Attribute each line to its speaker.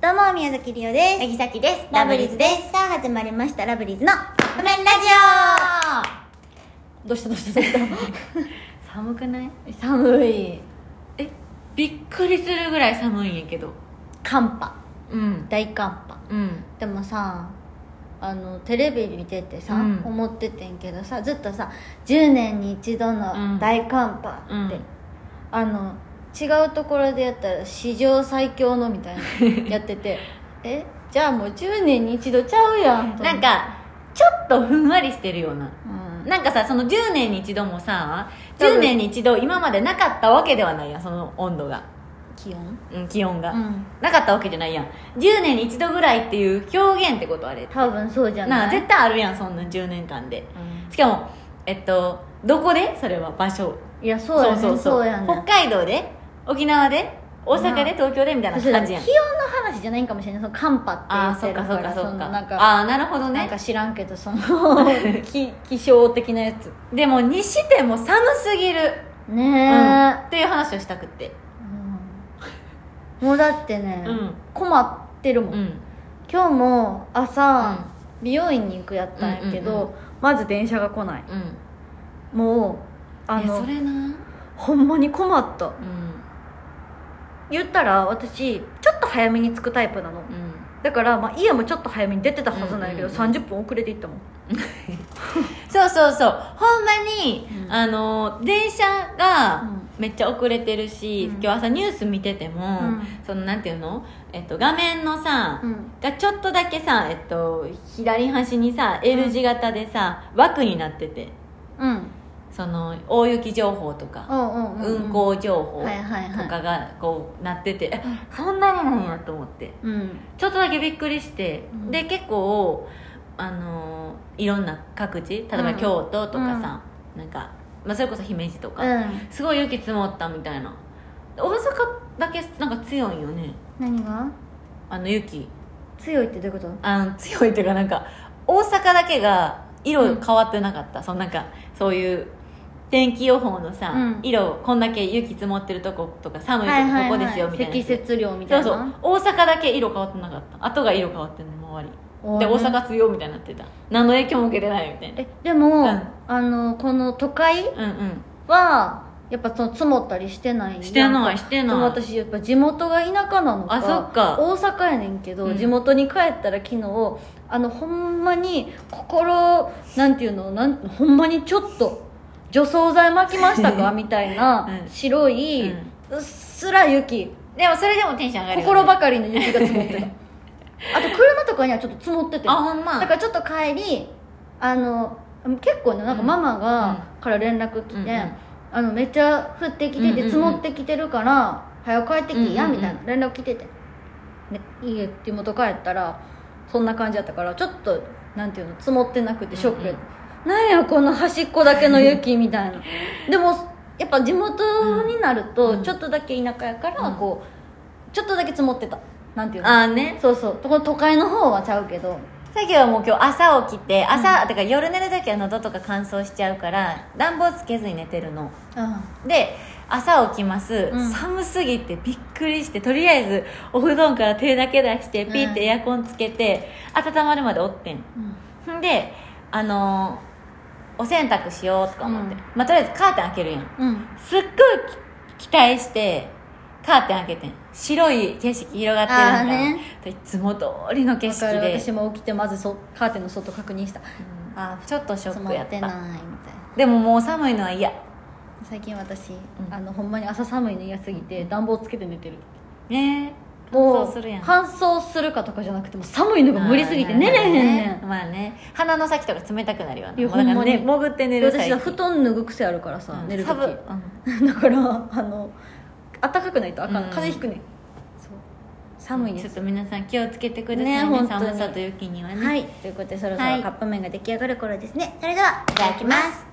Speaker 1: どうも、宮崎りおです。
Speaker 2: ぎさきです
Speaker 1: ラブリーズです。さあ、始まりました、ラブリーズの、ごめんラジ
Speaker 2: どうしたどうしたどうした寒くない
Speaker 1: オ 寒い。
Speaker 2: えびっくりするぐらい寒いんやけど
Speaker 1: 寒波。
Speaker 2: うん
Speaker 1: 大寒波。
Speaker 2: うん
Speaker 1: でもさ、あの、テレビ見ててさ、
Speaker 2: うん
Speaker 1: 思っててんけどさ、ずっとさ、10年に一度
Speaker 2: う
Speaker 1: の
Speaker 2: ん
Speaker 1: 大寒波って、
Speaker 2: うん
Speaker 1: あの、違うところでやったら、史上最強のみたい な、やってて、えじゃあもう10年に一度ちゃうやんと思って
Speaker 2: なん、かちょっとふんわりしてるような
Speaker 1: うん、
Speaker 2: なんかさその10年に一度もさ
Speaker 1: 多分
Speaker 2: 10年に一度今までなかったわけではないやんその温度が、
Speaker 1: 気温
Speaker 2: うん、気温が、
Speaker 1: うん。
Speaker 2: なかったわけじゃないやん10年に一度ぐらいっていう表現ってことあれ
Speaker 1: 多分そうじゃない
Speaker 2: なあ絶対あるやんそんな10年間で
Speaker 1: うん
Speaker 2: しかもえっとどこでそれは場所
Speaker 1: いやそうやねんそうやねん
Speaker 2: 北海道で沖縄で大阪
Speaker 1: な
Speaker 2: で東京でみたいな
Speaker 1: そうだ
Speaker 2: 感じやん
Speaker 1: 気温の話じゃないんかもしれないその寒波って言
Speaker 2: ああ
Speaker 1: って
Speaker 2: そっ
Speaker 1: る
Speaker 2: か
Speaker 1: か
Speaker 2: そっ
Speaker 1: ら
Speaker 2: かそっ
Speaker 1: の
Speaker 2: か
Speaker 1: なんか
Speaker 2: ああーなるほど
Speaker 1: なん
Speaker 2: ね
Speaker 1: か知らんけどその 気気象的なやつ
Speaker 2: でもにしても寒すぎる、うん
Speaker 1: ね
Speaker 2: っていう話をしたくて
Speaker 1: え、うんもうだってね、
Speaker 2: うん
Speaker 1: 困ってるもん、
Speaker 2: うん
Speaker 1: 今日も
Speaker 2: うん
Speaker 1: 朝、美容院に行くやったんやけど、
Speaker 2: うんうんう
Speaker 1: まず電車が来ない
Speaker 2: うん
Speaker 1: もうあ
Speaker 2: えそ
Speaker 1: の
Speaker 2: れな
Speaker 1: ほんまに困った
Speaker 2: うん
Speaker 1: 言ったら私ちょっと早めに着くタイプなの
Speaker 2: うん
Speaker 1: だから、まあ、家もちょっと早めに出てたはずなんやけど、
Speaker 2: うんうんうん
Speaker 1: 30分遅れて行ったもん
Speaker 2: そうそうそうほんまに、
Speaker 1: うん
Speaker 2: あの電車
Speaker 1: う
Speaker 2: が
Speaker 1: ん
Speaker 2: めっちゃ遅れてるし、
Speaker 1: うん
Speaker 2: 今日朝ニュース見てても、
Speaker 1: うん
Speaker 2: そのなんていうの、えっと、画面のさ、
Speaker 1: うん
Speaker 2: がちょっとだけさ、えっと、左端にさ L 字型でさ、枠になってて
Speaker 1: うん
Speaker 2: その大雪情報とか、
Speaker 1: うんうんうん
Speaker 2: 運行情報
Speaker 1: はいはいはい
Speaker 2: とかがこうなってて、えそんなになんやと思って
Speaker 1: うん
Speaker 2: ちょっとだけびっくりして、
Speaker 1: うん
Speaker 2: で結構あのーいろんな各地例え
Speaker 1: う
Speaker 2: ば
Speaker 1: ん
Speaker 2: 京都とかさ、なんか、まあ、それこそ姫路とか、
Speaker 1: うん
Speaker 2: すごい雪積もったみたいな大阪だけなんか強いよね
Speaker 1: 何が
Speaker 2: あの雪
Speaker 1: 強いってどういうこと
Speaker 2: あの強いっていうかなんか大阪だけが色変わってなかった、そのなんかそういう天気予報のさ、
Speaker 1: うん
Speaker 2: 色こんだけ雪積もってるとことか寒いとこここですよみたいなやつ、
Speaker 1: 積雪量みた
Speaker 2: そ
Speaker 1: いうな
Speaker 2: そう大阪だけ色変わってなかった後が色変わってんの周り
Speaker 1: おー
Speaker 2: で
Speaker 1: ね
Speaker 2: 大阪強みたいになってた何の影響も受けてないみたいな
Speaker 1: えでも、
Speaker 2: うん
Speaker 1: あのこの都会
Speaker 2: うん
Speaker 1: はやっぱその積もったりしてないや
Speaker 2: うんんしてないして
Speaker 1: で
Speaker 2: ない
Speaker 1: も私やっぱ地元が田舎なのか
Speaker 2: あそっか
Speaker 1: 大阪やねんけど、
Speaker 2: うん
Speaker 1: 地元に帰ったら昨日あのほんまに心なんていうのなんほんまにちょっと除草剤巻きました かみたいな、
Speaker 2: うん
Speaker 1: 白い、
Speaker 2: うん
Speaker 1: うっすら雪
Speaker 2: でもそれでもテンション上がるよね、
Speaker 1: 心ばかりの雪が積もって たあと車とかにはちょっと積もってて
Speaker 2: あ
Speaker 1: だ
Speaker 2: ほんま
Speaker 1: からちょっと帰りあの結構ねなんかママが、から連絡来て、
Speaker 2: うんうん
Speaker 1: あのめっちゃ降ってきて
Speaker 2: うんうん
Speaker 1: て
Speaker 2: うん
Speaker 1: 積もってきてるから、早く帰ってきてや、
Speaker 2: うんうんう
Speaker 1: み
Speaker 2: ん
Speaker 1: たいな連絡来ててで家地元帰ったらそんな感じだったからちょっとなんていうの積もってなくてショックやった、なんやこの端っこだけの 雪みたいなでもやっぱ地元になる
Speaker 2: う
Speaker 1: と
Speaker 2: ん
Speaker 1: ちょっとだけ田舎やから
Speaker 2: うん
Speaker 1: こうちょっとだけ積もってたなんていうの
Speaker 2: ああね
Speaker 1: そうそうこの都会の方はちゃうけど
Speaker 2: さっきはもう今日朝起きて朝、てか夜寝る時は喉とか乾燥しちゃうから暖房つけずに寝てるの
Speaker 1: う
Speaker 2: で朝起きます、
Speaker 1: うん
Speaker 2: 寒すぎてびっくりしてとりあえずお布団から手だけ出してピッてエアコンつけて、温まるまでおってん
Speaker 1: ん
Speaker 2: んであのーお洗濯しようとか思って、
Speaker 1: うん
Speaker 2: まあ、とりあえずカーテン開けるやん
Speaker 1: うん
Speaker 2: すっごいき期待してカーテン開けてん白い景色広がってるん
Speaker 1: あー
Speaker 2: だ、
Speaker 1: ね
Speaker 2: いつも通りの景
Speaker 1: だか
Speaker 2: 色
Speaker 1: ら
Speaker 2: で、
Speaker 1: 私も起きてまずそカーテンの外確認した
Speaker 2: うんあーちょっとショ
Speaker 1: 積
Speaker 2: ッ
Speaker 1: も
Speaker 2: クやっ
Speaker 1: って
Speaker 2: た
Speaker 1: ないみたいな
Speaker 2: でももう寒いのは嫌
Speaker 1: 最近私、
Speaker 2: ん
Speaker 1: あのほんまに朝寒いの嫌すぎて暖房つけて寝てる
Speaker 2: ねえ乾
Speaker 1: もう
Speaker 2: 燥するやん
Speaker 1: 乾燥するかとかじゃなくてもう寒いのが無理すぎて寝れへんねん
Speaker 2: まあね鼻の先とか冷たくなるよ
Speaker 1: い
Speaker 2: ね
Speaker 1: や
Speaker 2: も
Speaker 1: ほ
Speaker 2: うだから
Speaker 1: んまに
Speaker 2: ね潜って寝
Speaker 1: で
Speaker 2: る
Speaker 1: 私は布団脱ぐ癖あるからさ、
Speaker 2: うん
Speaker 1: 寝る
Speaker 2: サ
Speaker 1: 時
Speaker 2: ブ、うん、
Speaker 1: だからあの暖かくないとあかん、
Speaker 2: うん
Speaker 1: 風邪ひくねんそう寒いで
Speaker 2: ちょっ
Speaker 1: す、
Speaker 2: と皆さん気をつけてください
Speaker 1: ね
Speaker 2: ね
Speaker 1: 本当に
Speaker 2: 寒さと雪にはね、
Speaker 1: はいということでそろそ
Speaker 2: は
Speaker 1: ろ
Speaker 2: い
Speaker 1: カップ麺が出来上がる頃ですね、それではい
Speaker 2: ただきます